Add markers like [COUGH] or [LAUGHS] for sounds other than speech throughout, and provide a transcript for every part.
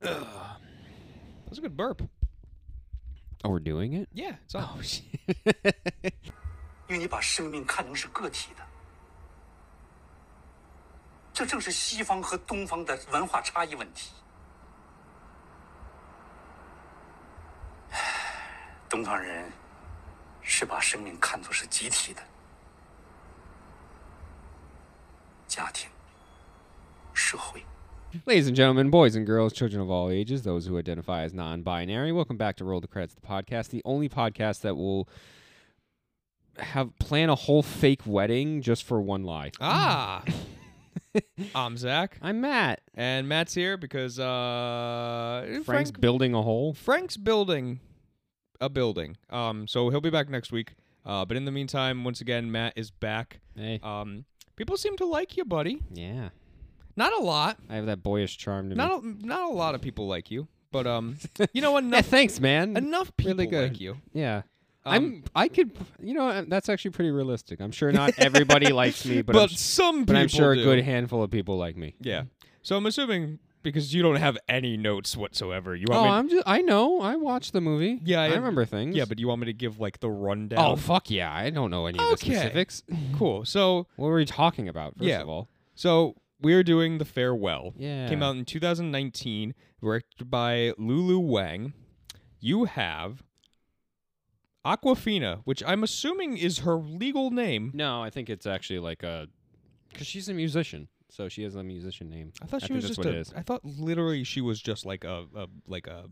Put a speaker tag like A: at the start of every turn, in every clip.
A: That's a good burp.
B: Oh, we're doing it?
A: Yeah, it's
B: Oh,
A: on.
C: 因为你把生命看成是个体的。这正是西方和东方的文化差异问题。唉东方人是把生命看作是集体的，家庭、社会。
B: Ladies and gentlemen, boys and girls, children of all ages, those who identify as non binary, welcome back to Roll the Credits, the podcast, the only podcast that will have plan a whole fake wedding just for one lie. [LAUGHS]
A: ah. I'm Zach,
B: I'm Matt.
A: and Matt's here because uh,
B: Frank's
A: Frank,
B: building a hole.
A: Frank's building a building. Um, so he'll be back next week. Uh, but in the meantime, once again, Matt is back.
B: Hey.
A: Um, people seem to like you, buddy.
B: yeah.
A: Not a lot.
B: I have that boyish charm to me.
A: Not a, not a lot of people like you, but um, you
B: [LAUGHS]
A: know
B: Yeah,
A: enough
B: thanks, man.
A: enough people
B: Really good.
A: like you.
B: Yeah. I'm I could you know uh, that's actually pretty realistic. I'm sure not everybody [LAUGHS] likes me, but,
A: But,
B: I'm, s-
A: some people
B: but I'm sure
A: do.
B: a good handful of people like me.
A: Yeah. So I'm assuming because you don't have any notes whatsoever. You want
B: Oh,
A: me?
B: I'm just I know. I watched the movie.
A: Yeah, I-
B: I, remember things.
A: yeah, but do you want me to give like the rundown?
B: Oh fuck yeah! I don't know any of the
A: Okay.
B: specifics. [LAUGHS]
A: cool. So
B: What were we talking about? First
A: Yeah.
B: of all,
A: so we're doing the farewell.
B: Yeah.
A: Came out in 2019, directed by Lulu Wang. You have Aquafina, which I'm assuming is her legal name.
B: no, I think it's actually like a because she's a musician, so she has a musician name.
A: I thought she
B: think
A: was
B: that's
A: just
B: what
A: a. I
B: it is.
A: thought literally she was just like a, a like a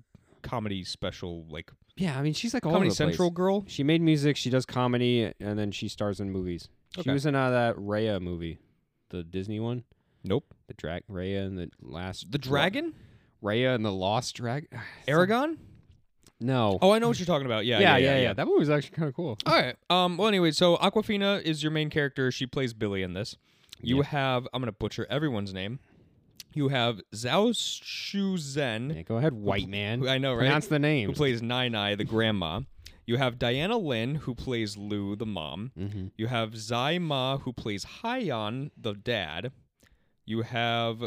A: comedy special like
B: Yeah, I mean she's like all
A: Comedy
B: over the place.
A: Central girl.
B: She made music. She does comedy, and then she stars in movies. She
A: Okay.
B: was in uh, that Raya movie, the Disney one,
A: Nope.
B: the drag Raya and the last
A: The
B: Dra-
A: dragon?
B: Raya and the Lost [SIGHS] Dragon.
A: Aragon?
B: No.
A: Oh, I know what you're talking about. Yeah,
B: yeah, yeah, yeah, That movie was actually kind of cool.
A: All right. Um. Well, anyway, so Aquafina is your main character. She plays Billy in this. You
B: Yeah.
A: have I'm gonna butcher everyone's name. You have Zhao Shuzen,
B: Yeah, go ahead, white man.
A: who- I know, right?
B: Pronounce the name.
A: who plays Nai Nai, the grandma. You have Diana Lin, who plays Lou, the mom. You have Zai Ma, who plays Haiyan, the dad. You have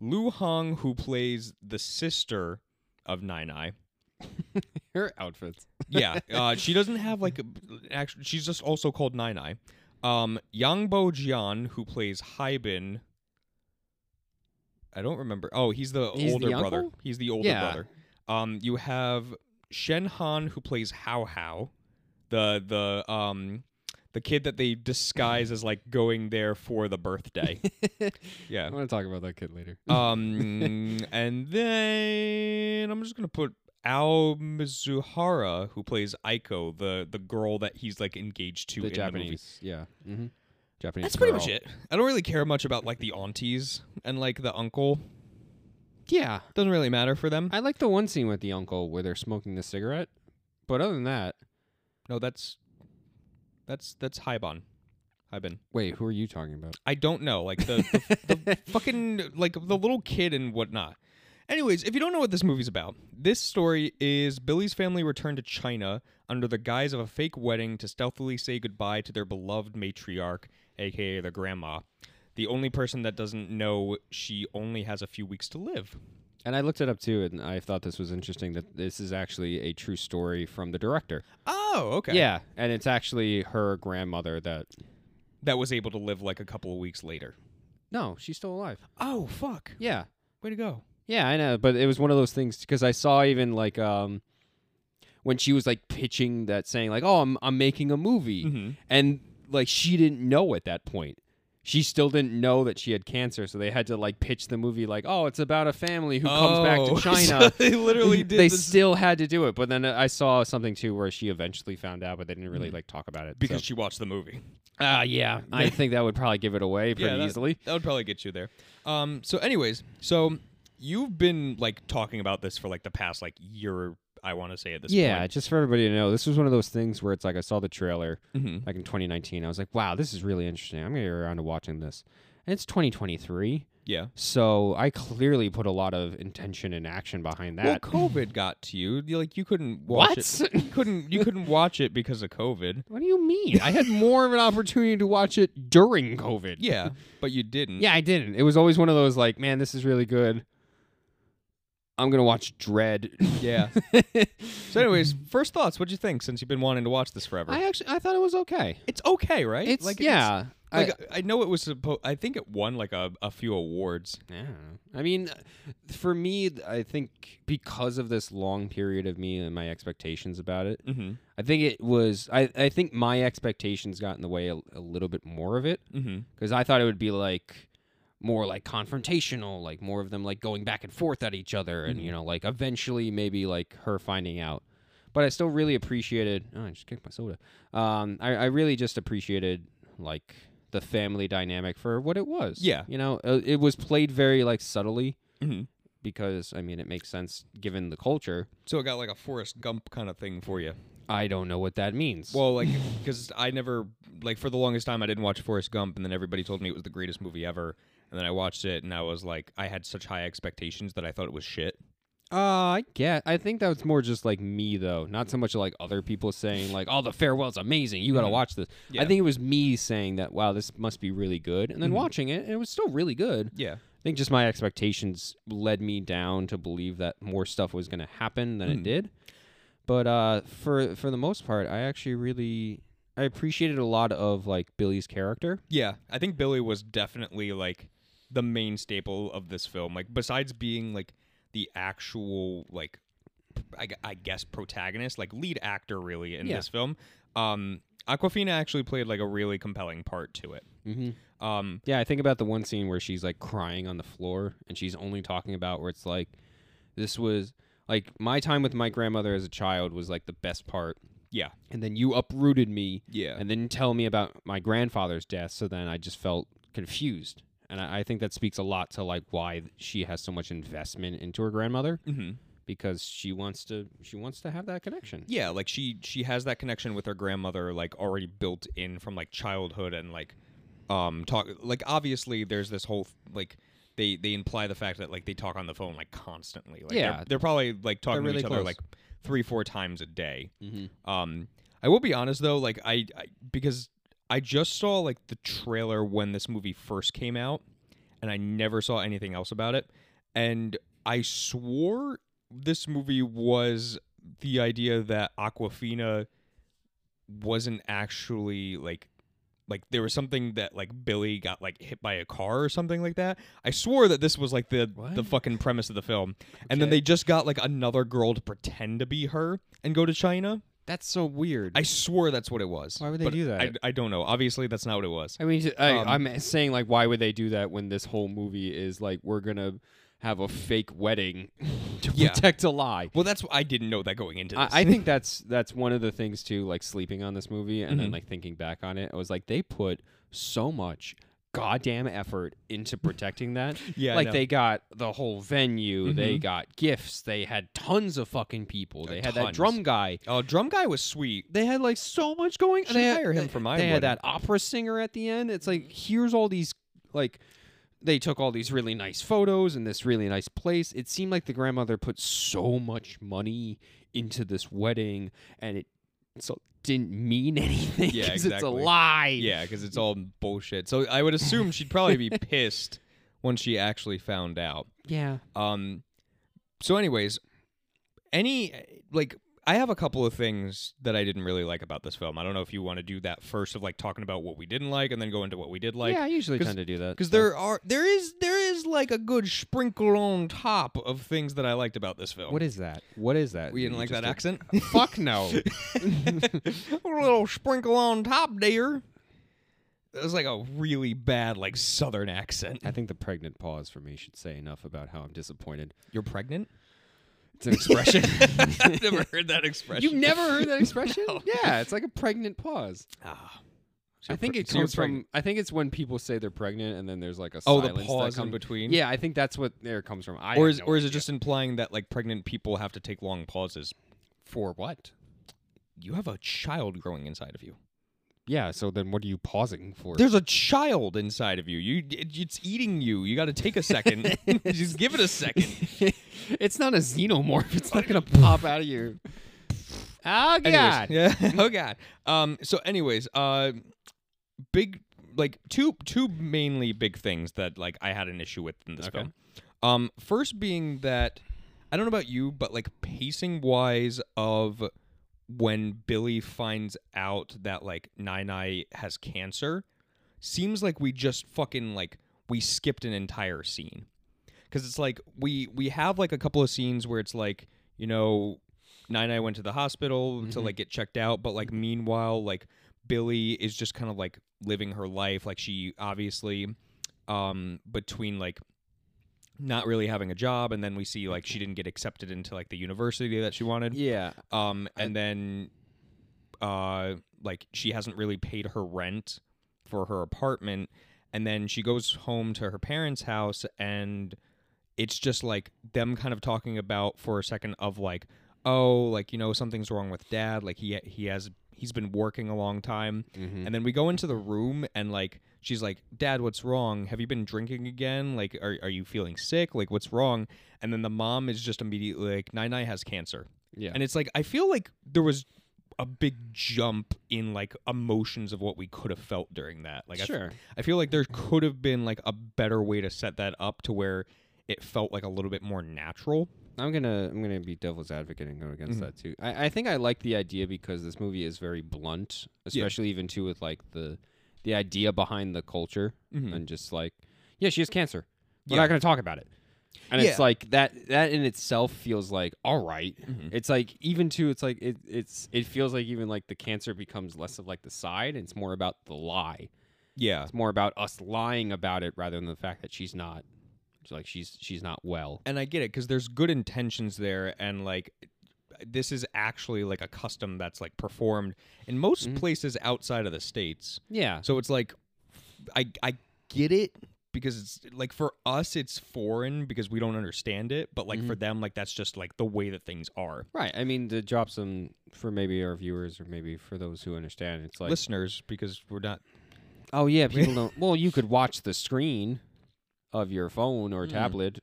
A: Lu Hong, who plays the sister of Nai Nai.
B: Her [LAUGHS] outfits.
A: yeah, uh, she doesn't have like a- actually. She's just also called Nine Eye. Um, Yang Bo Jian, who plays Haibin. I don't remember. Oh, he's the
B: He's the
A: older brother.
B: uncle?
A: He's the older
B: Yeah.
A: brother. Um, you have Shen Han, who plays Hao Hao, the the um the kid that they disguise as like going there for the
B: [LAUGHS]
A: birthday.
B: I
A: yeah.
B: want to talk about that kid later.
A: Um,
B: [LAUGHS]
A: and then I'm just gonna put Ao Mizuhara, who plays Aiko, the the girl that he's like engaged to
B: the
A: in the movie.
B: Japanese, yeah, mm-hmm. Japanese.
A: That's pretty much
B: girl.
A: it. I don't really care much about like the aunties and like the uncle.
B: Yeah,
A: Doesn't really matter for them.
B: I like the one scene with the uncle where they're smoking the cigarette, but other than that,
A: no, that's that's that's Haiban. Haibin.
B: wait, who are you talking about?
A: I don't know, like the, the, [LAUGHS] the fucking like the little kid and whatnot. Anyways, if you don't know what this movie's about, this story is Billy's family returned to China under the guise of a fake wedding to stealthily say goodbye to their beloved matriarch, aka their grandma, the only person that doesn't know she only has a few weeks to live.
B: And I looked it up too, and I thought this was interesting that this is actually a true story from the director.
A: Oh, okay. Yeah,
B: Yeah, and it's actually her grandmother that.
A: that was able to live like a couple of weeks later.
B: No, she's still alive.
A: Oh, fuck!
B: Yeah,
A: Way to go.
B: Yeah, I know, but it was one of those things because I saw even like um when she was like pitching that saying like, "Oh, I'm I'm making a movie,"
A: Mm-hmm.
B: and like she didn't know at that point. She still didn't know that she had cancer, so they had to like pitch the movie like, "Oh, it's about a family who comes
A: Oh, [LAUGHS]
B: back to
A: so
B: China."
A: they literally did
B: They
A: this-
B: still had to do it, but then uh, I saw something too where she eventually found out, but they didn't really like talk about it
A: Mm-hmm. because
B: so-
A: she watched the movie.
B: Ah, yeah,
A: [LAUGHS]
B: I think that would probably give it away pretty
A: that,
B: easily.
A: That would probably get you there. Um. So, anyways, so you've been like talking about this for like the past like year. I want to say at this
B: yeah,
A: point.
B: just for everybody to know, this was one of those things where it's like I saw the trailer
A: Mhm.
B: like in 2019. I was like, wow, this is really interesting. I'm gonna get around to watching this. And it's 2023,
A: Yeah.
B: so I clearly put a lot of intention and action behind
A: Well,
B: that.
A: COVID got to you. You, Like you couldn't watch
B: What?
A: it.
B: [LAUGHS]
A: You couldn't you couldn't watch it because of COVID.
B: what do you mean? I had more of an opportunity to watch it during COVID.
A: Yeah, but you didn't.
B: yeah, I didn't. It was always one of those like, man, this is really good. I'm gonna watch Dread.
A: Yeah. so, anyways, first thoughts. What'd you think since you've been wanting to watch this forever?
B: [LAUGHS] I actually I thought it was okay.
A: it's okay, right?
B: It's
A: like
B: yeah.
A: It's, like I, know it was supposed. I think it won like a, a few awards.
B: I, yeah. I mean, for me, I think because of this long period of me and my expectations about it,
A: Mm-hmm.
B: I think it was. I, I think my expectations got in the way a, a little bit more of it
A: Mm-hmm.
B: because I thought it would be like more like confrontational, like more of them like going back and forth at each other,
A: Mm-hmm.
B: and you know, like eventually maybe like her finding out. But I still really appreciated. Oh, I just kicked my soda. Um, I, I really just appreciated like the family dynamic for what it was.
A: Yeah.
B: you know, uh, it was played very like subtly
A: Mm-hmm.
B: because I mean it makes sense given the culture.
A: So it got like a Forrest Gump kind of thing for you.
B: I don't know what that means.
A: Well,
B: [LAUGHS]
A: like because I never like for the longest time I didn't watch Forrest Gump, and then everybody told me it was the greatest movie ever, and then I watched it, and I was like, I had such high expectations that I thought it was shit.
B: Uh, I get. I think that was more just like me though, not so much like other people saying like, "Oh, the farewell's amazing. You got to
A: Mhm.
B: watch this."
A: Yeah. Mm-hmm.
B: I think it was me saying that, "Wow, this must be really good," and then watching it, and it was still really good.
A: Yeah.
B: I think just my expectations led me down to believe that more stuff was going to happen than
A: Mhm.
B: it did. But uh, for for the most part, I actually really I appreciated a lot of like Billy's character.
A: Yeah, I think Billy was definitely like the main staple of this film. Like besides being like the actual like I, gu- I guess protagonist, like lead actor really in
B: Yeah.
A: this film. Um Aquafina actually played like a really compelling part to it.
B: Mm-hmm.
A: Um
B: Yeah, I think about the one scene where she's like crying on the floor and she's only talking about where it's like this was like my time with my grandmother as a child was like the best part.
A: yeah.
B: And then you uprooted me
A: Yeah.
B: and then tell me about my grandfather's death, so then I just felt confused. And I, I think that speaks a lot to like why she has so much investment into her grandmother
A: Mhm.
B: because she wants to she wants to have that connection.
A: Yeah, like she she has that connection with her grandmother like already built in from like childhood and like um talk like obviously there's this whole like they they imply the fact that like they talk on the phone like constantly. Like they're-
B: Yeah.
A: they're, probably like talking
B: They're
A: to each
B: really
A: other
B: close.
A: like three four times a day.
B: Mm-hmm.
A: Um I will be honest though, like I, I because I just saw like the trailer when this movie first came out and I never saw anything else about it and I swore this movie was the idea that Aquafina wasn't actually like like there was something that like Billy got like hit by a car or something like that. I swore that this was like the the
B: What?
A: fucking premise of the film. And then
B: Okay.
A: they just got like another girl to pretend to be her and go to China.
B: That's so weird.
A: I swore that's what it was.
B: Why would they
A: But
B: do that?
A: I, I don't know. Obviously that's not what it was.
B: I mean, I,
A: Um,
B: I'm saying like, why would they do that when this whole movie is like, we're gonna have a fake wedding [LAUGHS] to
A: Yeah.
B: protect a lie.
A: Well, that's I didn't know that going into this. [LAUGHS]
B: I, I think that's that's one of the things too, like sleeping on this movie and
A: Mm-hmm.
B: then like thinking back on it, I was like, they put so much goddamn effort into protecting that.
A: [LAUGHS] Yeah, I
B: like
A: know. Mm-hmm.
B: they got the whole venue, they got gifts, they had tons of fucking people, they had that
A: tons.
B: drum guy.
A: Oh, drum guy was sweet.
B: They had like so much going.
A: Should
B: they had-
A: hire him
B: they-
A: for Mm-hmm.
B: They
A: Ironwood.
B: had that opera singer at the end. It's like here's all these like they took all these really nice photos in this really nice place. It seemed like the grandmother put so much money into this wedding, and it so didn't mean [LAUGHS] anything.
A: Yeah,
B: 'cause It's a
A: exactly.
B: lie.
A: Yeah, because it's all bullshit. So I would assume she'd probably
B: [LAUGHS]
A: be pissed when she actually found out.
B: Yeah.
A: Um, so, anyways, any like I have a couple of things that I didn't really like about this film. I don't know if you want to do that first of like talking about what we didn't like and then go into what we did like.
B: yeah, I usually
A: 'cause-
B: tend to do that.
A: Because
B: so.
A: there are there is there is like a good sprinkle on top of things that I liked about this film.
B: What is that? What is that?
A: we didn't
B: you
A: like
B: just
A: that accent.
B: did? [LAUGHS] Fuck no.
A: [LAUGHS] a little sprinkle on top, dear. That was like a really bad like Southern accent.
B: I think the pregnant pause for me should say enough about how I'm disappointed.
A: You're pregnant.
B: It's an [LAUGHS] expression.
A: [LAUGHS] I've never heard that expression.
B: You've never heard [LAUGHS] that expression? Yeah, it's like a pregnant pause.
A: Ah. So
B: I
A: you're
B: think
A: pre-
B: it
A: so you're
B: comes
A: pregnant.
B: from. I think it's when people say they're pregnant, and then there's like a
A: oh the
B: silence that
A: pause in
B: comes-
A: between.
B: Yeah, I think that's what there comes from. I
A: Or
B: have
A: is
B: no
A: or is it
B: idea.
A: just implying that like pregnant people have to take long pauses?
B: for what?
A: You have a child growing inside of you.
B: Yeah. So then, what are you pausing for?
A: There's a child inside of you. You it, it's eating you. You got to take a [LAUGHS] second. Just give it a second.
B: [LAUGHS] it's not a xenomorph. It's not [LAUGHS] gonna pop out of your. Oh god.
A: Anyways,
B: [LAUGHS]
A: yeah. oh god. Um. So, anyways, uh, big like two two mainly big things that like I had an issue with in this
B: Okay.
A: film. Um. First being that I don't know about you, but like pacing wise of when Billy finds out that like Nine Nine has cancer, seems like we just fucking like we skipped an entire scene. Cause it's like we we have like a couple of scenes where it's like, you know, Nine Nine went to the hospital to like get checked out, but like meanwhile, like Billy is just kind of like living her life. Like she obviously um between like not really having a job and then we see like she didn't get accepted into like the university that she wanted
B: Yeah.
A: um and then uh like she hasn't really paid her rent for her apartment and then she goes home to her parents house and it's just like them kind of talking about for a second of like oh like you know something's wrong with dad like he he has he's been working a long time and then we go into the room and like she's like dad what's wrong have you been drinking again like are, are you feeling sick like what's wrong and then the mom is just immediately like nine nine has cancer
B: Yeah.
A: and it's like I feel like there was a big jump in like emotions of what we could have felt during that. Like I f-
B: Sure.
A: I feel like there could have been like a better way to set that up to where it felt like a little bit more natural.
B: I'm gonna I'm gonna be devil's advocate and go
A: Mm-hmm.
B: against that too. I, I think I like the idea because this movie is very blunt, especially even too with like the the idea behind the culture and just like yeah, she has cancer. We're
A: Mm-hmm. Yeah.
B: not gonna talk about it. And it's
A: Yeah.
B: like that that in itself feels like all right.
A: Mm-hmm.
B: It's like even too it's like it it's it feels like even like the cancer becomes less of like the side and it's more about the lie.
A: Yeah.
B: It's more about us lying about it rather than the fact that she's not it's like she's she's not well.
A: And I get it cuz there's good intentions there and like this is actually like a custom that's like performed in most
B: Mm-hmm.
A: places outside of the states.
B: Yeah.
A: So it's like I I get it because it's like for us it's foreign because we don't understand it, but like for
B: Mm-hmm.
A: them like that's just like the way that things are.
B: Right. I mean, to drop some for maybe our viewers or maybe for those who understand, it's like,
A: Listeners because we're not
B: oh [LAUGHS] yeah, people don't. Well, you could watch the screen of your phone or tablet,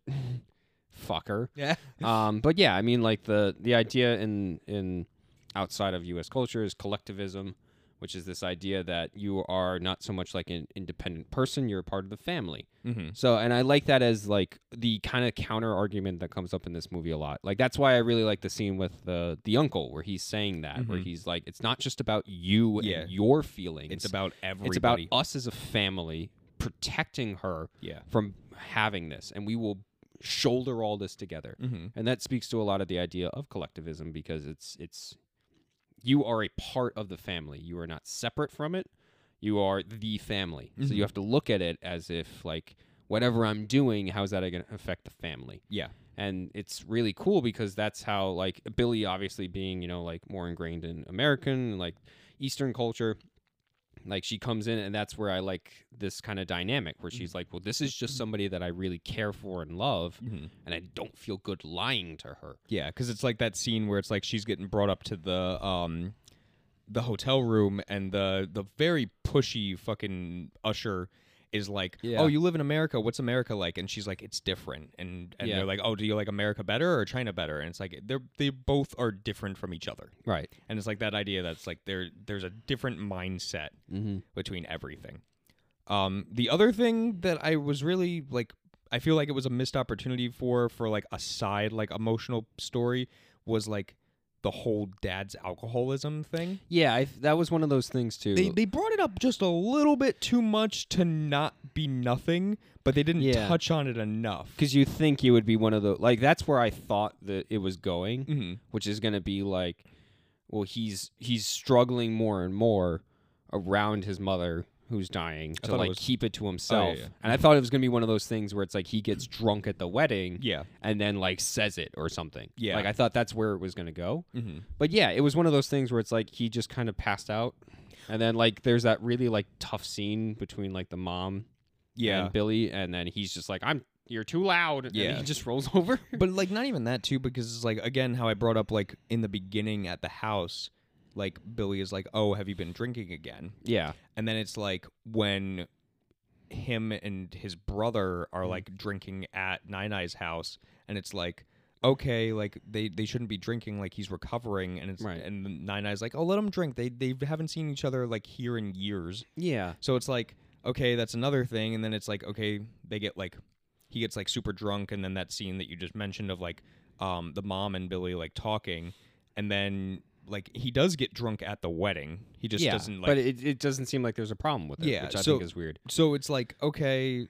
B: [LAUGHS] fucker.
A: Yeah.
B: Um, but yeah, I mean, like the the idea in in outside of U.S. culture is collectivism, which is this idea that you are not so much like an independent person; you're a part of the family.
A: Mhm.
B: So, and I like that as like the kind of counter argument that comes up in this movie a lot. Like that's why I really like the scene with the the uncle where he's saying that, where he's like, "It's not just about you
A: Mm-hmm. Yeah.
B: and your feelings.
A: It's about everybody.
B: It's about us as a family protecting her
A: Yeah.
B: from having this, and we will shoulder all this together. And that speaks to a lot of the idea of collectivism because it's it's you are a part of the family. You are not separate from it. You are the family. So you have to look at it as if like whatever I'm doing, how is that going to affect the family?
A: yeah.
B: and it's really cool because that's how like Billy obviously being you know like more ingrained in American like Eastern culture like she comes in and that's where I like this kind of dynamic where she's like well this is just somebody that I really care for and love and I don't feel good lying to her
A: Yeah, cuz it's like that scene where it's like she's getting brought up to the um the hotel room and the the very pushy fucking usher is like,
B: Yeah.
A: "Oh, you live in America. What's America like?" And she's like, "It's different." And and
B: Yeah.
A: they're like, "Oh, do you like America better or China better?" And it's like they're they both are different from each other.
B: right
A: and it's like that idea that's like there there's a different mindset
B: Mm-hmm.
A: between everything um the other thing that i was really like i feel like it was a missed opportunity for for like a side like emotional story was like the whole dad's alcoholism thing
B: yeah I, that was one of those things too
A: they, they brought it up just a little bit too much to not be nothing but they didn't
B: Yeah.
A: touch on it enough
B: because you think you would be one of the like that's where I thought that it was going,
A: Mhm.
B: which is going to be like, well, he's he's struggling more and more around his mother who's dying to
A: thought it
B: like
A: was- Oh,
B: keep it to himself,
A: yeah.
B: and I thought it was going to be one of those things where it's like he gets drunk at the wedding,
A: Yeah.
B: and then like says it or something,
A: Yeah. Mm-hmm.
B: Like I thought that's where it was going to go, but yeah, it was one of those things where it's like he just kind of passed out, and then like there's that really like tough scene between like the mom
A: yeah
B: and Billy, and then he's just like, "I'm you're too loud." Yeah,
A: Yeah.
B: and he just rolls [LAUGHS] over.
A: but like not even that too because it's like again how i brought up like in the beginning at the house like billy is like oh have you been drinking again
B: yeah,
A: and then it's like when him and his brother are like drinking at nine eyes house and it's like okay like they they shouldn't be drinking like he's recovering and it's
B: Right.
A: and then nine eyes like oh let him drink they they haven't seen each other like here in years
B: yeah,
A: so it's like, okay, that's another thing, and then it's like, okay, they get like, he gets like super drunk, and then that scene that you just mentioned of like, um, the mom and Billy like talking, and then like he does get drunk at the wedding. He just
B: yeah,
A: doesn't like.
B: but it, it doesn't seem like there's a problem with it,
A: Yeah,
B: which I
A: so-
B: think is weird.
A: so it's like okay,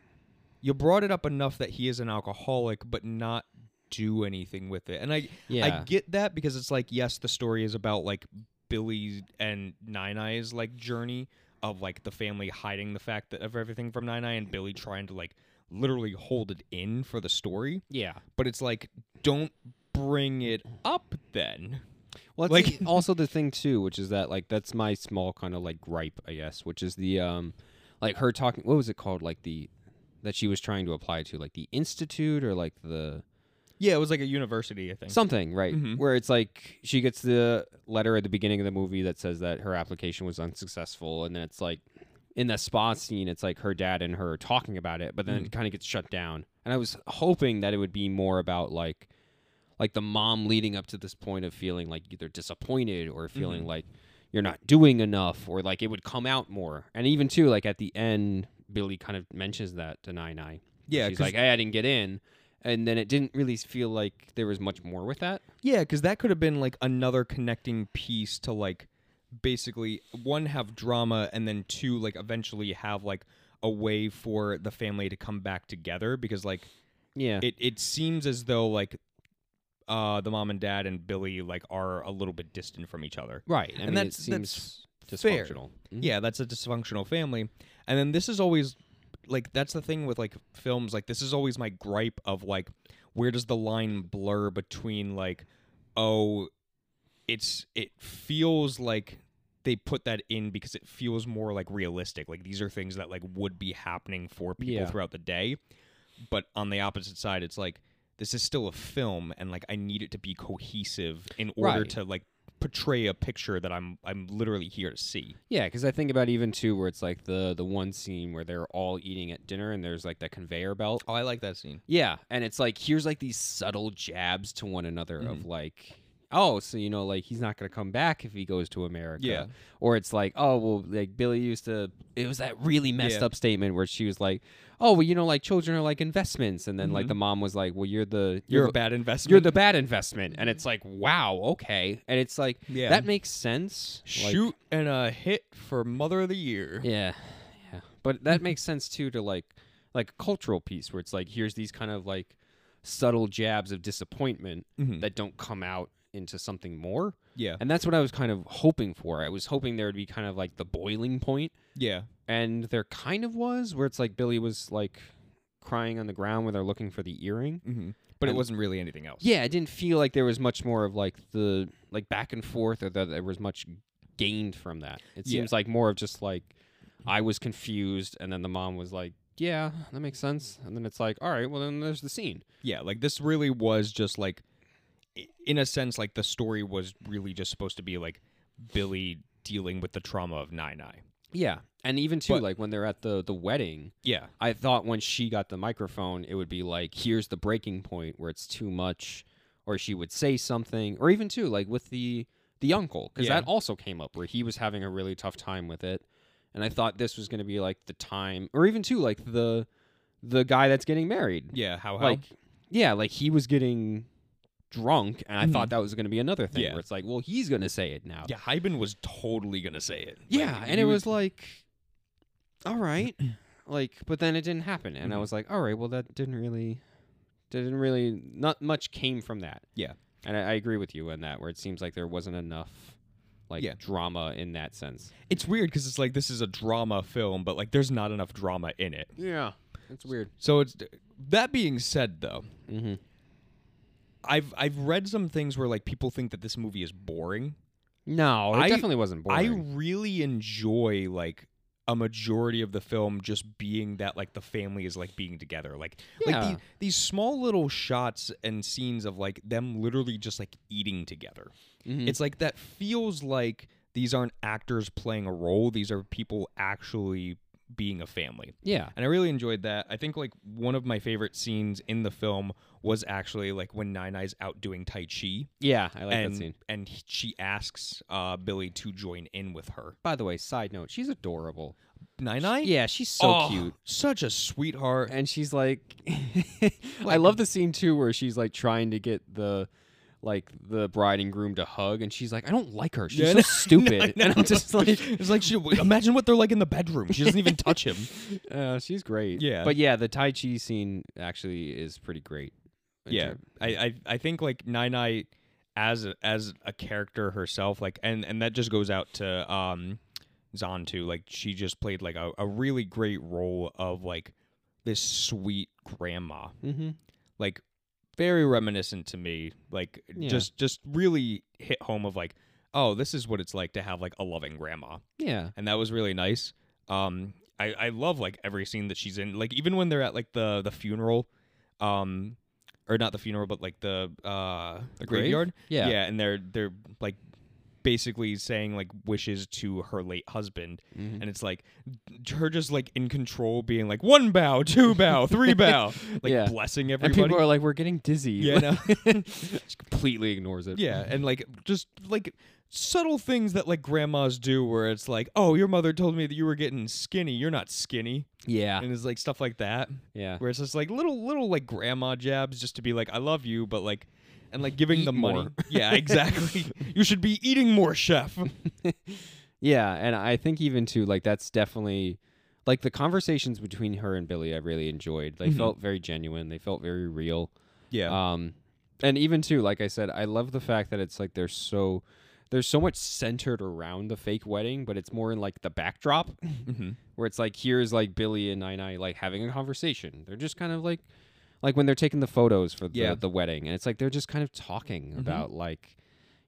A: you brought it up enough that he is an alcoholic, but not do anything with it. And I I
B: Yeah.
A: get that because it's like yes, the story is about like Billy and Nine Eye's like journey of like the family hiding the fact that of everything from Nine Eye and Billy trying to like literally hold it in for the story.
B: Yeah.
A: But it's like don't bring it up then.
B: Well,
A: Like-
B: [LAUGHS] like also the thing too, which is that like that's my small kind of like gripe, I guess, which is the um, like her talking. What was it called? Like the that she was trying to apply to, like the institute or like the
A: Yeah, it was like a university, I think.
B: something, right?
A: Mhm.
B: Where it's like she gets the letter at the beginning of the movie that says that her application was unsuccessful, and then it's like in the spa scene, it's like her dad and her talking about it, but then it kind of gets shut down. And I was hoping that it would be more about like like the mom leading up to this point of feeling like either disappointed or feeling
A: Mm-hmm.
B: like you're not doing enough or like it would come out more. And even too, like at the end, Billy kind of mentions that to Nine Nine.
A: Yeah,
B: she's
A: 'cause-
B: like, "Hey, I didn't get in," and then it didn't really feel like there was much more with that.
A: Yeah, because that could have been like another connecting piece to like basically one have drama and then two like eventually have like a way for the family to come back together because like
B: Yeah,
A: it it seems as though like uh the mom and dad and Billy like are a little bit distant from each other.
B: right. I
A: and
B: mean,
A: that's-
B: it seems
A: that's fair.
B: dysfunctional. Mhm.
A: Yeah, that's a dysfunctional family. And then this is always like that's the thing with like films like this is always my gripe of like where does the line blur between like oh it's it feels like they put that in because it feels more like realistic like these are things that like would be happening for people
B: Yeah.
A: throughout the day but on the opposite side it's like this is still a film and like I need it to be cohesive in order
B: Right.
A: to like portray a picture that I'm I'm literally here to see
B: Yeah, because I think about even too where it's like the the one scene where they're all eating at dinner and there's like that conveyor belt.
A: Oh, I like that scene.
B: Yeah, and it's like here's like these subtle jabs to one another of
A: Mm-hmm.
B: like, oh, so you know, like he's not gonna come back if he goes to America.
A: Yeah.
B: Or it's like, oh, well, like Billy used to. It was that really messed
A: Yeah.
B: up statement where she was like, oh, well, you know, like children are like investments, and then like the mom was like, well, you're the
A: Mm-hmm. You're
B: the-
A: a bad investment.
B: You're the bad investment, and it's like, wow, okay, and it's like,
A: Yeah.
B: that makes sense. like-
A: shoot and a hit for mother of the year.
B: yeah, yeah, but that makes sense too to like like a cultural piece where it's like here's these kind of like subtle jabs of disappointment
A: Mhm.
B: that don't come out into something more.
A: Yeah.
B: And that's what I was kind of hoping for. I was hoping there would be kind of like the boiling point,
A: Yeah.
B: and there kind of was, where it's like Billy was like crying on the ground when they're looking for the earring.
A: hmm But it
B: And-
A: wasn't really anything else.
B: Yeah, it didn't feel like there was much more of like the like back and forth or that there was much gained from that. It
A: Yeah.
B: seems like more of just like I was confused and then the mom was like, "Yeah, that makes sense." And then it's like, "All right, well then there's the scene."
A: Yeah. Like this really was just like, i- in a sense, like the story was really just supposed to be like Billy dealing with the trauma of Nine Nine.
B: Yeah. And even too
A: But-
B: like when they're at the the wedding,
A: Yeah.
B: I thought when she got the microphone, it would be like, "Here's the breaking point where it's too much." Or she would say something, or even too like with the the uncle, because
A: Yeah.
B: that also came up where he was having a really tough time with it. and I thought this was going to be like the time, or even too like the the guy that's getting married.
A: Yeah. How? How?
B: Like, yeah, like he was getting drunk, and I
A: Mhm.
B: thought that was going to be another thing
A: Yeah.
B: where it's like, well, he's going to say it now.
A: yeah. Hyben was totally gonna say it.
B: Yeah,
A: Like,
B: and
A: you
B: it
A: would-
B: was like,
A: [CLEARS THROAT]
B: all right, like, but then it didn't happen, and
A: Mm-hmm.
B: I was like, all right, well, that didn't really, didn't really, not much came from that.
A: Yeah.
B: and I, I agree with you on that, where it seems like there wasn't enough. Like
A: Yeah.
B: drama in that sense.
A: It's weird because it's like this is a drama film, but like there's not enough drama in it.
B: Yeah, it's weird.
A: So it's that being said, though,
B: Mm-hmm.
A: I've I've read some things where like people think that this movie is boring.
B: No, it
A: I-
B: definitely wasn't
A: I
B: boring.
A: really enjoy like a majority of the film just being that like the family is like being together. Like like
B: Yeah.
A: the, these small little shots and scenes of like them literally just like eating together.
B: Mhm.
A: It's like that feels like these aren't actors playing a role. These are people actually being a family.
B: Yeah.
A: And I really enjoyed that. I think like one of my favorite scenes in the film was actually like when Nine Eyes out doing Tai Chi.
B: Yeah, I like
A: and,
B: that scene.
A: and he- she asks uh, Billy to join in with her.
B: By the way, side note, she's adorable.
A: Nine Eye?
B: Yeah, she's so
A: Oh,
B: cute.
A: Such a sweetheart.
B: And she's like, [LAUGHS] I love the scene too where she's like trying to get the like the bride and groom to hug, and she's like, I don't like her. She's
A: Yeah, [LAUGHS] I
B: so
A: know.
B: stupid.
A: I know.
B: And I'm
A: [LAUGHS]
B: just like,
A: it's like she imagine what they're like in the bedroom. She
B: [LAUGHS]
A: doesn't even touch him.
B: uh, she's great.
A: Yeah.
B: But yeah, the Tai Chi scene actually is pretty great. in
A: yeah
B: term-
A: I, I i think like nine eye as a, as a character herself like and and that just goes out to um zon too like she just played like a, a really great role of like this sweet grandma
B: Mhm.
A: like very reminiscent to me like
B: Yeah.
A: just just really hit home of like oh this is what it's like to have like a loving grandma
B: Yeah.
A: and that was really nice. Um, I, I love like every scene that she's in. Like even when they're at like the the funeral, um, or not the funeral, but like the uh the
B: grave?
A: graveyard.
B: Yeah.
A: yeah, and they're they're like basically saying like wishes to her late husband,
B: Mm-hmm.
A: and it's like her just like in control, being like one bow, two bow, three
B: [LAUGHS]
A: bow, like
B: Yeah.
A: blessing
B: And
A: everybody.
B: people are like, we're getting dizzy.
A: yeah, no.
B: [LAUGHS] she completely ignores it.
A: Yeah, and like just like subtle things that like grandmas do where it's like, "Oh, your mother told me that you were getting skinny. You're not skinny."
B: Yeah.
A: And it's like stuff like that
B: Yeah.
A: where it's just like little little like grandma jabs just to be like, "I love you," but like and like giving
B: Eat
A: them money.
B: more.
A: [LAUGHS] yeah, exactly.
B: [LAUGHS]
A: you should be eating more, chef.
B: Yeah, and I think even too, like that's definitely like the conversations between her and Billy I really enjoyed. They
A: Mm-hmm.
B: felt very genuine, they felt very real.
A: Yeah.
B: Um and even too, like I said, I love the fact that it's like there's so there's so much centered around the fake wedding, but it's more in like
A: [LAUGHS]
B: the backdrop
A: Mhm.
B: where it's like here's like Billy and Nine Nine like having a conversation. They're just kind of like like when they're taking the photos for the,
A: Yeah. Mm-hmm.
B: the wedding and it's like they're just kind of talking about like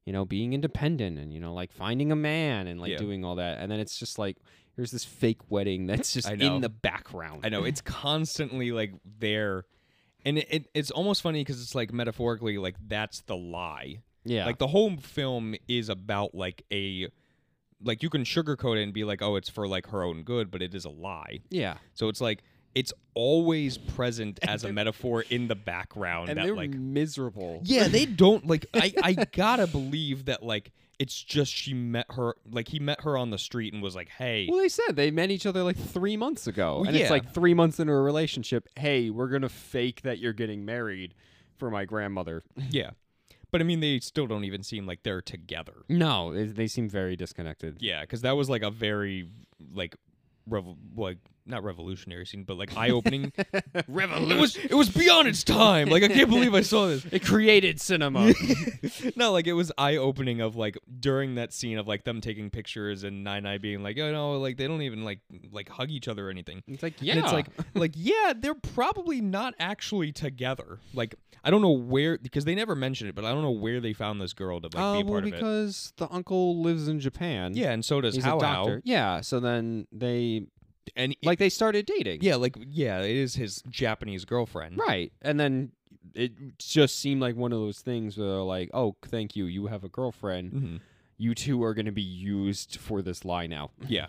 B: you know being independent and you know like finding a man and like
A: Yeah.
B: doing all that and then it's just like here's this fake wedding that's just
A: [LAUGHS] I know.
B: in the background.
A: I know it's constantly like there and it, it, it's almost funny because it's like metaphorically like that's the lie
B: Yeah.
A: Like the whole film is about like a like you can sugarcoat it and be like, oh, it's for like her own good, but it is a lie.
B: yeah.
A: So it's like it's always present as a metaphor in the background
B: And
A: that
B: they're
A: like
B: miserable.
A: [LAUGHS] Yeah, they don't like I, I gotta believe that like it's just she met her like he met her on the street and was like, Hey
B: Well, they said they met each other like three months ago,
A: Well,
B: and
A: yeah.
B: it's like three months into a relationship. Hey, we're gonna fake that you're getting married for
A: [LAUGHS]
B: my grandmother.
A: Yeah. But I mean they still don't even seem like they're together.
B: No, they, they seem very disconnected. [LAUGHS]
A: Yeah, because that was like a very like rev- like not revolutionary scene, but like eye
B: [LAUGHS]
A: opening
B: Revolution.
A: It was it was beyond its time. Like I can't believe I saw
B: [LAUGHS]
A: this.
B: It
A: [LAUGHS]
B: created [LAUGHS] cinema.
A: No, like it was eye opening of like during that scene of like them taking pictures and Nine Nine being like, oh no, like they don't even like like hug each other or anything.
B: it's like
A: And it's like like yeah, they're probably not actually together. Like I don't know where because they never mentioned it, but I don't know where they found this girl to like be a
B: uh, Oh, well,
A: part of it.
B: because the uncle lives in Japan.
A: Yeah, and so does
B: he's
A: How
B: a
A: How.
B: doctor. Yeah, so then they
A: And like
B: like they started dating.
A: yeah, like yeah, it is his Japanese girlfriend.
B: right. And then it just seemed like one of those things where they're like, "Oh, thank you. You have a girlfriend.
A: hmm
B: You two are going to be used for this lie now."
A: Yeah.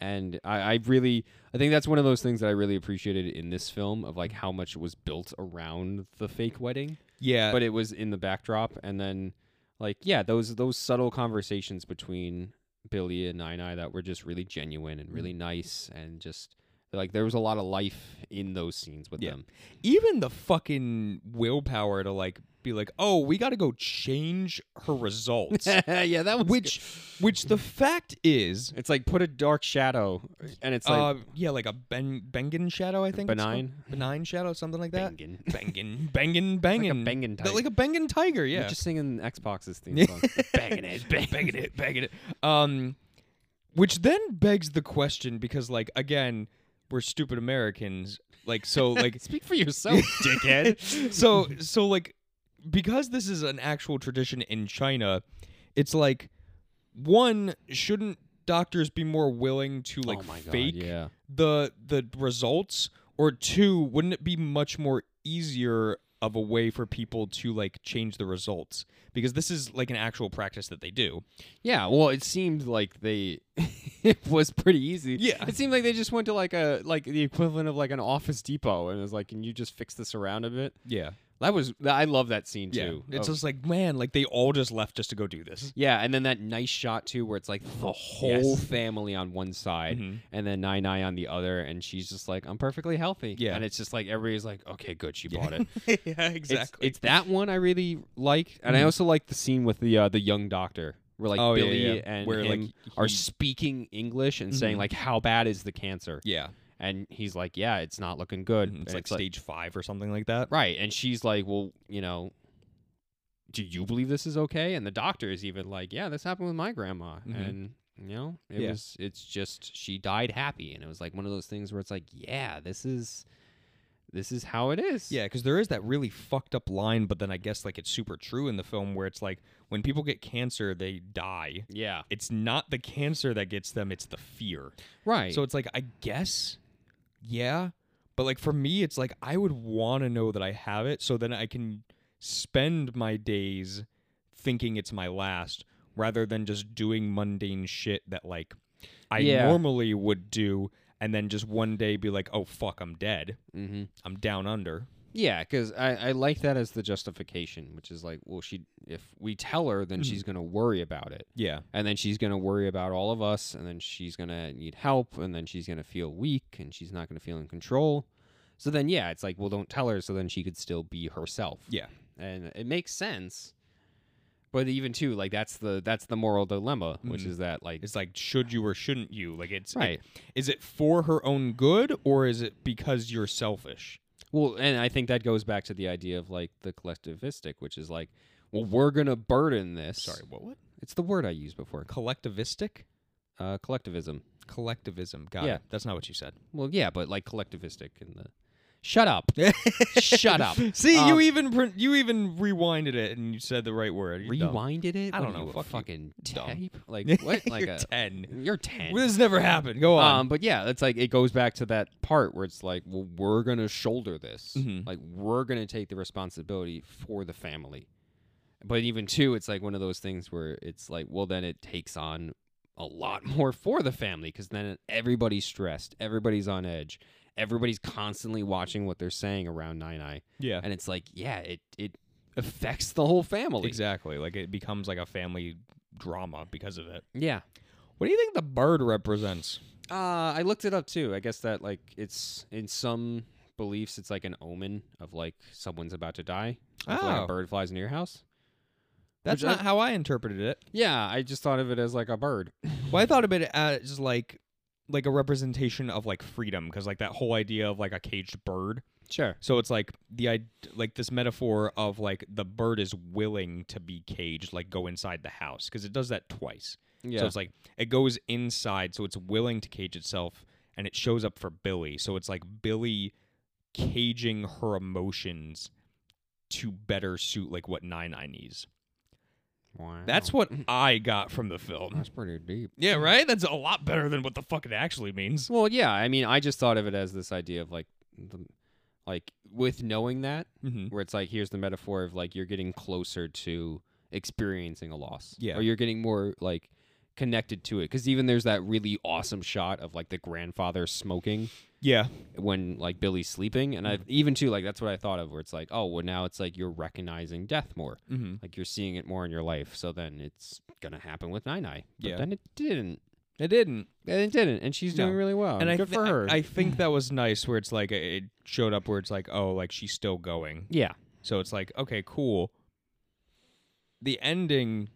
B: And I, I really, I think that's one of those things that I really appreciated in this film of like how much was built around the fake wedding.
A: Yeah.
B: but it was in the backdrop and then like yeah those those subtle conversations between billy and nine eye that were just really genuine and
A: Mm-hmm.
B: really nice and just like there was a lot of life in those scenes with
A: Yeah.
B: them [LAUGHS]
A: even the fucking willpower to like be like, oh, we got to go change her
B: [LAUGHS]
A: results.
B: yeah that was
A: which, which the fact is,
B: it's like put a dark shadow and it's like
A: uh, yeah, like a ben Bengen shadow, I think. it's called.
B: Benign?
A: benign shadow, something like that.
B: Bengen.
A: Bengen,
B: [LAUGHS]
A: Bengen, Bengen,
B: Bengen
A: Th-
B: tiger.
A: like a Bengen tiger. [LAUGHS] Yeah, [LAUGHS]
B: We're just singing xbox's theme song banging it bang.
A: begging it, begging it. Um, which then begs the question because, like, again, we're stupid Americans. Like, so, like,
B: speak for [LAUGHS] yourself dickhead
A: so so like because this is an actual tradition in China, it's like one shouldn't doctors be more willing to like
B: oh my god
A: fake
B: yeah
A: the the results or two wouldn't it be much more easier of a way for people to like change the results because this is like an actual practice that they do.
B: Yeah, well, it seemed like they [LAUGHS] it was pretty easy.
A: Yeah.
B: it seemed like they just went to like a like the equivalent of like an Office Depot and it was like, "Can you just fix this around a bit?"
A: Yeah.
B: That was I love that scene too.
A: It's
B: of-
A: just like, man, like they all just left just to go do this.
B: yeah, and then that nice shot too, where it's like the whole
A: Yes.
B: family on one side,
A: Mhm.
B: and then Nine Nine on the other, and she's just like, "I'm perfectly healthy."
A: Yeah.
B: and it's just like everybody's like, "Okay, good, she bought it."
A: [LAUGHS] yeah,
B: It's- It's, that one I really like, and I also like the scene with the uh, the young doctor where like
A: Mm-hmm. Oh, yeah,
B: Billy
A: yeah.
B: and
A: Where, like,
B: him are
A: he- Mm-hmm.
B: speaking English and saying like, "How bad is the cancer?"
A: yeah.
B: And he's like, "Yeah, it's not looking good."
A: Mm-hmm. It's
B: And
A: like stage five or something like that.
B: right, and she's like, "Well, you know." Do you believe this is okay? And the doctor is even like, "Yeah, this happened with my grandma."
A: Mhm.
B: And you know, it
A: Yeah.
B: was it's just she died happy and it was like one of those things where it's like, "Yeah, this is this is how it is."
A: Yeah, because there is that really fucked up line, but then I guess like it's super true in the film where it's like when people get cancer, they die.
B: Yeah.
A: It's not the cancer that gets them, it's the fear.
B: Right.
A: So it's like, I guess, yeah. But like for me, it's like I would want to know that I have it so then I can spend my days thinking it's my last rather than just doing mundane shit that like I
B: Yeah.
A: normally would do and then just one day be like, oh fuck, I'm dead.
B: mm-hmm.
A: I'm down under.
B: Yeah, because I, I like that as the justification, which is like, well, she if we tell her,
A: Mm-hmm.
B: then she's gonna worry about it,
A: Yeah.
B: and then she's gonna worry about all of us, and then she's gonna need help, and then she's gonna feel weak, and she's not gonna feel in control. So then, yeah, it's like, well, don't tell her, so then she could still be herself.
A: Yeah.
B: and it makes sense. But even too, like that's the that's the moral dilemma, which is that like
A: Mm-hmm. It's like should you or shouldn't you? Like it's it-
B: Right.
A: is it for her own good or is it because you're selfish?
B: Well, and I think that goes back to the idea of like the collectivistic, which is like, well, we're gonna burden this.
A: Sorry, what what?
B: it's the word I used before.
A: Collectivistic?
B: Uh, collectivism.
A: Collectivism. Got
B: Yeah.
A: it. That's not what you said.
B: Well, yeah, but like collectivistic in the.
A: [LAUGHS]
B: Shut up! Shut up!
A: See, you
B: Um,
A: even pr- you even rewinded it and you said the right word. You're dumb.
B: rewinded it.
A: I
B: What
A: don't
B: are
A: know,
B: you, a
A: fuck you,
B: fucking
A: dumb.
B: tape.
A: [LAUGHS]
B: Like what?
A: You're
B: Like a
A: ten.
B: you're ten.
A: This never happened. Go on.
B: Um, but yeah, it's like it goes back to that part where it's like, well, we're gonna shoulder this.
A: Mhm.
B: Like we're gonna take the responsibility for the family. But even too, it's like one of those things where it's like, well, then it takes on a lot [LAUGHS] more for the family because then everybody's stressed, everybody's on edge, everybody's constantly watching what they're saying around Nine Eye,
A: yeah.
B: and it's like, yeah, it it affects the whole family.
A: Exactly. Like it becomes like a family drama because of it.
B: Yeah.
A: What do you think the bird represents?
B: Uh, I looked it up too. I guess that like it's in some beliefs it's like an omen of like someone's about to die. If, like,
A: Oh.
B: a bird flies into your house.
A: That's
B: Which I-
A: not how I interpreted it.
B: Yeah, I just thought of it as like a bird.
A: Well, I thought of it as like like a representation of like freedom because like that whole idea of like a caged bird.
B: Sure.
A: So it's like the I like this metaphor of like the bird is willing to be caged, like go inside the house because it does that twice.
B: Yeah.
A: So it's like it goes inside, so it's willing to cage itself, and it shows up for Billy. So it's like Billy caging her emotions to better suit like what Nine Nine needs.
B: wow.
A: That's what I got from the film.
B: That's pretty deep.
A: Yeah, right. That's a lot better than what the fuck it actually means.
B: Well, yeah. I mean, I just thought of it as this idea of like, the, like with knowing that,
A: Mm-hmm.
B: where it's like here's the metaphor of like you're getting closer to experiencing a loss
A: Yeah.
B: or you're getting more like connected to it because even there's that really awesome shot of like the grandfather smoking
A: Yeah,
B: when like billy's sleeping and
A: Mm-hmm.
B: i even too like that's what i thought of where it's like oh well now it's like you're recognizing death more
A: mm-hmm.
B: like you're seeing it more in your life so then it's gonna happen with nine eye
A: Yeah.
B: then it didn't
A: it didn't.
B: and it didn't and she's doing
A: No.
B: really well
A: and I
B: Um, good
A: thi-
B: for
A: I-
B: her
A: I [CLEARS THROAT] think that was nice where it's like it showed up where it's like, oh, like she's still going.
B: yeah
A: So it's like, okay, cool. The ending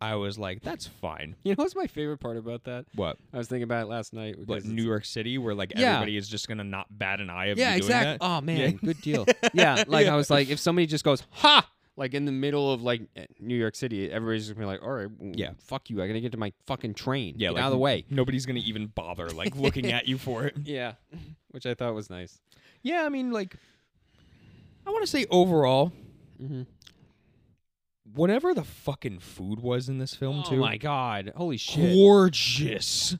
A: I was like, that's fine.
B: you know what's my favorite part about that
A: What?
B: i was thinking about it last night because
A: What
B: it's-
A: New York City where like
B: Yeah.
A: everybody is just gonna not bat an eye of
B: yeah,
A: you doing
B: exactly.
A: that?
B: Oh man,
A: Yeah. [LAUGHS]
B: good deal. Yeah, like I was like, if somebody just goes ha, like in the middle of like eh, New York City, everybody's just gonna be like, all right, w-
A: Yeah.
B: fuck you. I gotta get to my fucking train.
A: Yeah,
B: get
A: like,
B: out of the way.
A: Nobody's gonna even bother like [LAUGHS] looking at you for it.
B: Yeah, [LAUGHS] which I thought was nice.
A: Yeah, I mean like I wanna say overall,
B: Mhm.
A: whatever the fucking food was in this film
B: Oh
A: too.
B: my god, holy shit.
A: gorgeous.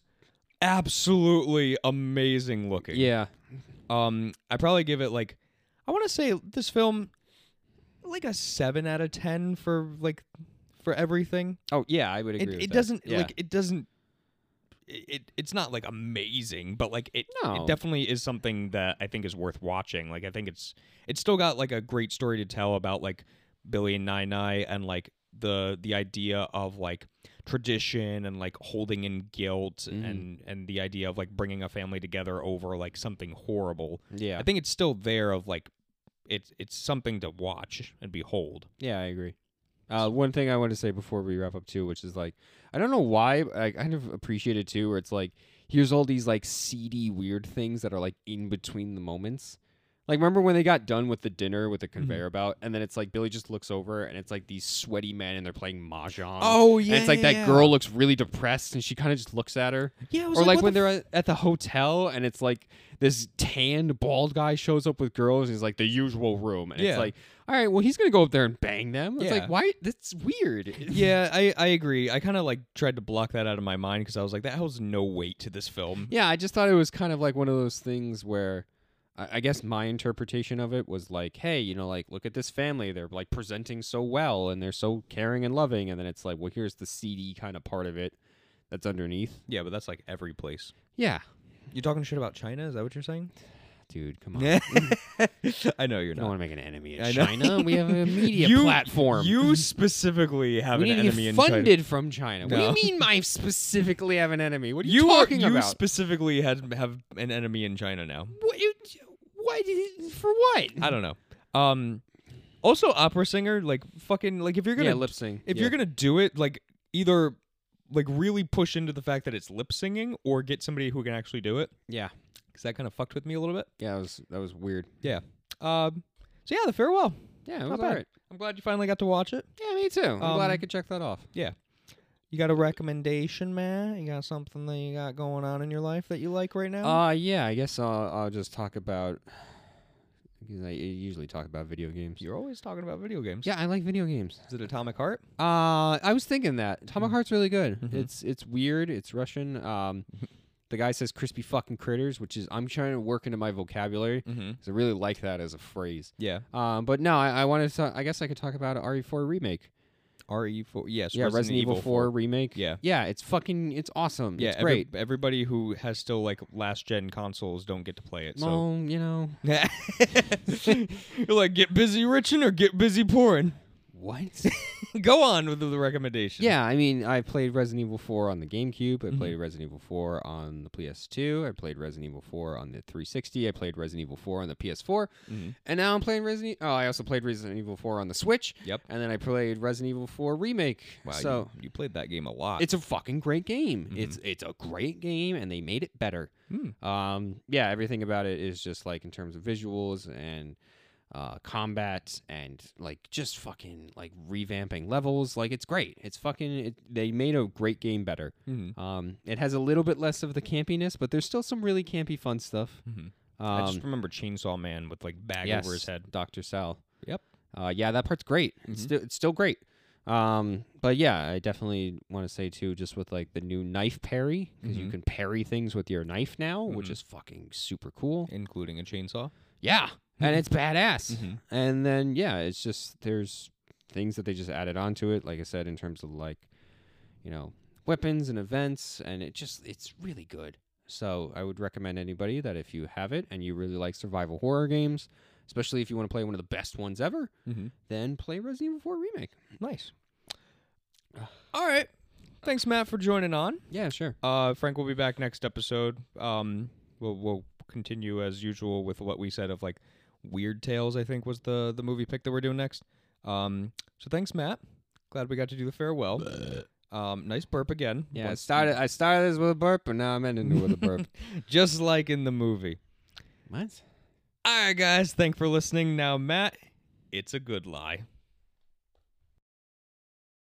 A: Absolutely amazing looking.
B: Yeah,
A: Um, I probably give it like I want to say this film, like a seven out of ten for like for everything.
B: Oh yeah, I would agree.
A: It,
B: with
A: it
B: that.
A: doesn't
B: Yeah.
A: like it doesn't. It, it it's not like amazing, but like it,
B: No.
A: it definitely is something that I think is worth watching. Like I think it's it's still got like a great story to tell about like Billy and Nine Nine and like the the idea of like tradition and like holding in guilt
B: Mm-hmm.
A: and and the idea of like bringing a family together over like something horrible.
B: yeah,
A: I think it's still there of like it's it's something to watch and behold.
B: yeah, I agree. Uh, one thing I want to say before we wrap up too, which is like, I don't know why, but I kind of appreciate it too, where it's like, here's all these like seedy, weird things that are like in between the moments. Like, remember when they got done with the dinner with the
A: Mm-hmm.
B: conveyor belt, and then it's like Billy just looks over, and it's like these sweaty men, and they're playing mahjong.
A: Oh,
B: and it's like
A: yeah,
B: that
A: yeah.
B: girl looks really depressed, and she kind of just looks at her.
A: Yeah,
B: or like, when they're at- at the hotel and it's like this tanned bald guy shows up with girls and he's like the usual room and
A: Yeah.
B: it's like all right well he's gonna go up there and bang them it's
A: Yeah.
B: like why that's weird [LAUGHS]
A: yeah, I, I agree. I kind of like tried to block that out of my mind because I was like, that holds no weight to this film.
B: yeah i just thought it was kind of like one of those things where I I guess my interpretation of it was like, hey, you know, like look at this family. They're like presenting so well and they're so caring and loving. And then it's like, well, here's the seedy kind of part of it that's underneath.
A: Yeah, but that's like every place.
B: Yeah,
A: You're talking shit about China? Is that what you're
B: [LAUGHS]
A: saying?
B: dude,
A: [LAUGHS]
B: come on. I
A: I know you're
B: don't
A: not.
B: want to make an enemy
A: I
B: in
A: know.
B: China. We
A: [LAUGHS]
B: have a media
A: You-
B: platform.
A: You specifically have
B: we
A: an
B: need to
A: enemy
B: get
A: in China.
B: funded from China.
A: No.
B: What do you mean? I specifically have an enemy. What are you,
A: You are-
B: talking
A: you
B: about?
A: specifically had, have an enemy in China now.
B: what? You, why did it- for what?
A: I don't know. Um, also, opera singer, like fucking, like if you're gonna
B: yeah, lip sync.
A: if you're gonna do it, like either like really push into the fact that it's lip singing or get somebody who can actually do it.
B: yeah,
A: Because that kind of fucked with me a little bit.
B: yeah, that was that was weird.
A: Yeah. Um, so yeah, the farewell.
B: Yeah, it
A: Not
B: was
A: bad.
B: alright.
A: I'm glad you finally got to watch it.
B: Yeah, me too. I'm glad I
A: Um,
B: could check that off.
A: You got a recommendation, Matt? You got something that you got going on in your life that you like right now?
B: Uh, yeah, I guess I'll, I'll just talk about because I usually talk about video games.
A: You're always talking about video games.
B: Yeah, I like video games.
A: Is it Atomic Heart?
B: Uh, I was thinking that Atomic Heart's really good.
A: Mhm.
B: It's it's weird. It's Russian. Um, the guy says "crispy fucking critters," which is I'm trying to work into my vocabulary.
A: Mm-hmm.
B: 'cause I really like that as a phrase.
A: Yeah.
B: Um, but no, I, I wanted to. I guess I could talk about RE4 remake.
A: RE4. Yes.
B: yeah, Resident, Evil, 4, remake.
A: Yeah.
B: yeah, it's fucking, it's awesome.
A: Yeah,
B: it's
A: every-
B: great.
A: everybody who has still like last gen consoles don't get to play it. So
B: Well, you know
A: [LAUGHS] you're like, get busy riching or get busy pouring.
B: what?
A: [LAUGHS] Go on with the, the recommendation.
B: yeah, I mean, I played Resident Evil 4 on the GameCube.
A: Mm-hmm.
B: I played Resident Evil 4 on the PS2. I played Resident Evil 4 on the 360. I played Resident Evil 4 on the PS4.
A: Mhm.
B: And now I'm playing Resident. Oh, I also played Resident Evil 4 on the Switch.
A: Yep.
B: And then I played Resident Evil 4 remake.
A: Wow.
B: So
A: you, you played that game a lot.
B: it's a fucking great game.
A: Mm-hmm.
B: It's it's a great game, and they made it better.
A: Mm.
B: Um, yeah, everything about it is just like in terms of visuals and uh, combat and like just fucking like revamping levels. Like it's great. It's fucking. It, they made a great game better.
A: Mhm.
B: Um, it has a little bit less of the campiness, but there's still some really campy fun stuff.
A: Mhm.
B: Um,
A: I just remember Chainsaw Man with like bag over his head.
B: Dr. Sal.
A: Yep.
B: Uh, yeah, that part's great. It's, still, it's still great. Um, but yeah, I definitely want to say too, just with like the new knife parry, because you can parry things with your knife now, which is fucking super cool.
A: including a chainsaw.
B: Yeah, Mm-hmm. and it's badass.
A: Mhm.
B: And then yeah, it's just there's things that they just added onto it. Like I said, in terms of like, you know, weapons and events, and it just it's really good. So I would recommend anybody that if you have it and you really like survival horror games, especially if you want to play one of the best ones ever,
A: Mhm.
B: then play Resident Evil 4 Remake.
A: Nice. [SIGHS] All right. Thanks, Matt, for joining on.
B: Yeah, sure.
A: Uh, Frank will be back next episode. Um, we'll we'll continue as usual with what we said of like Weird Tales. I think was the the movie pick that we're doing next. Um, so thanks, Matt. Glad we got to do the farewell. Um, nice burp again.
B: Yeah, I
A: Once-
B: started I started this with a burp, but now I'm ending it with a burp.
A: just like in the movie.
B: [LAUGHS] what?
A: All right, guys. Thanks for listening. Now, Matt, it's a good lie.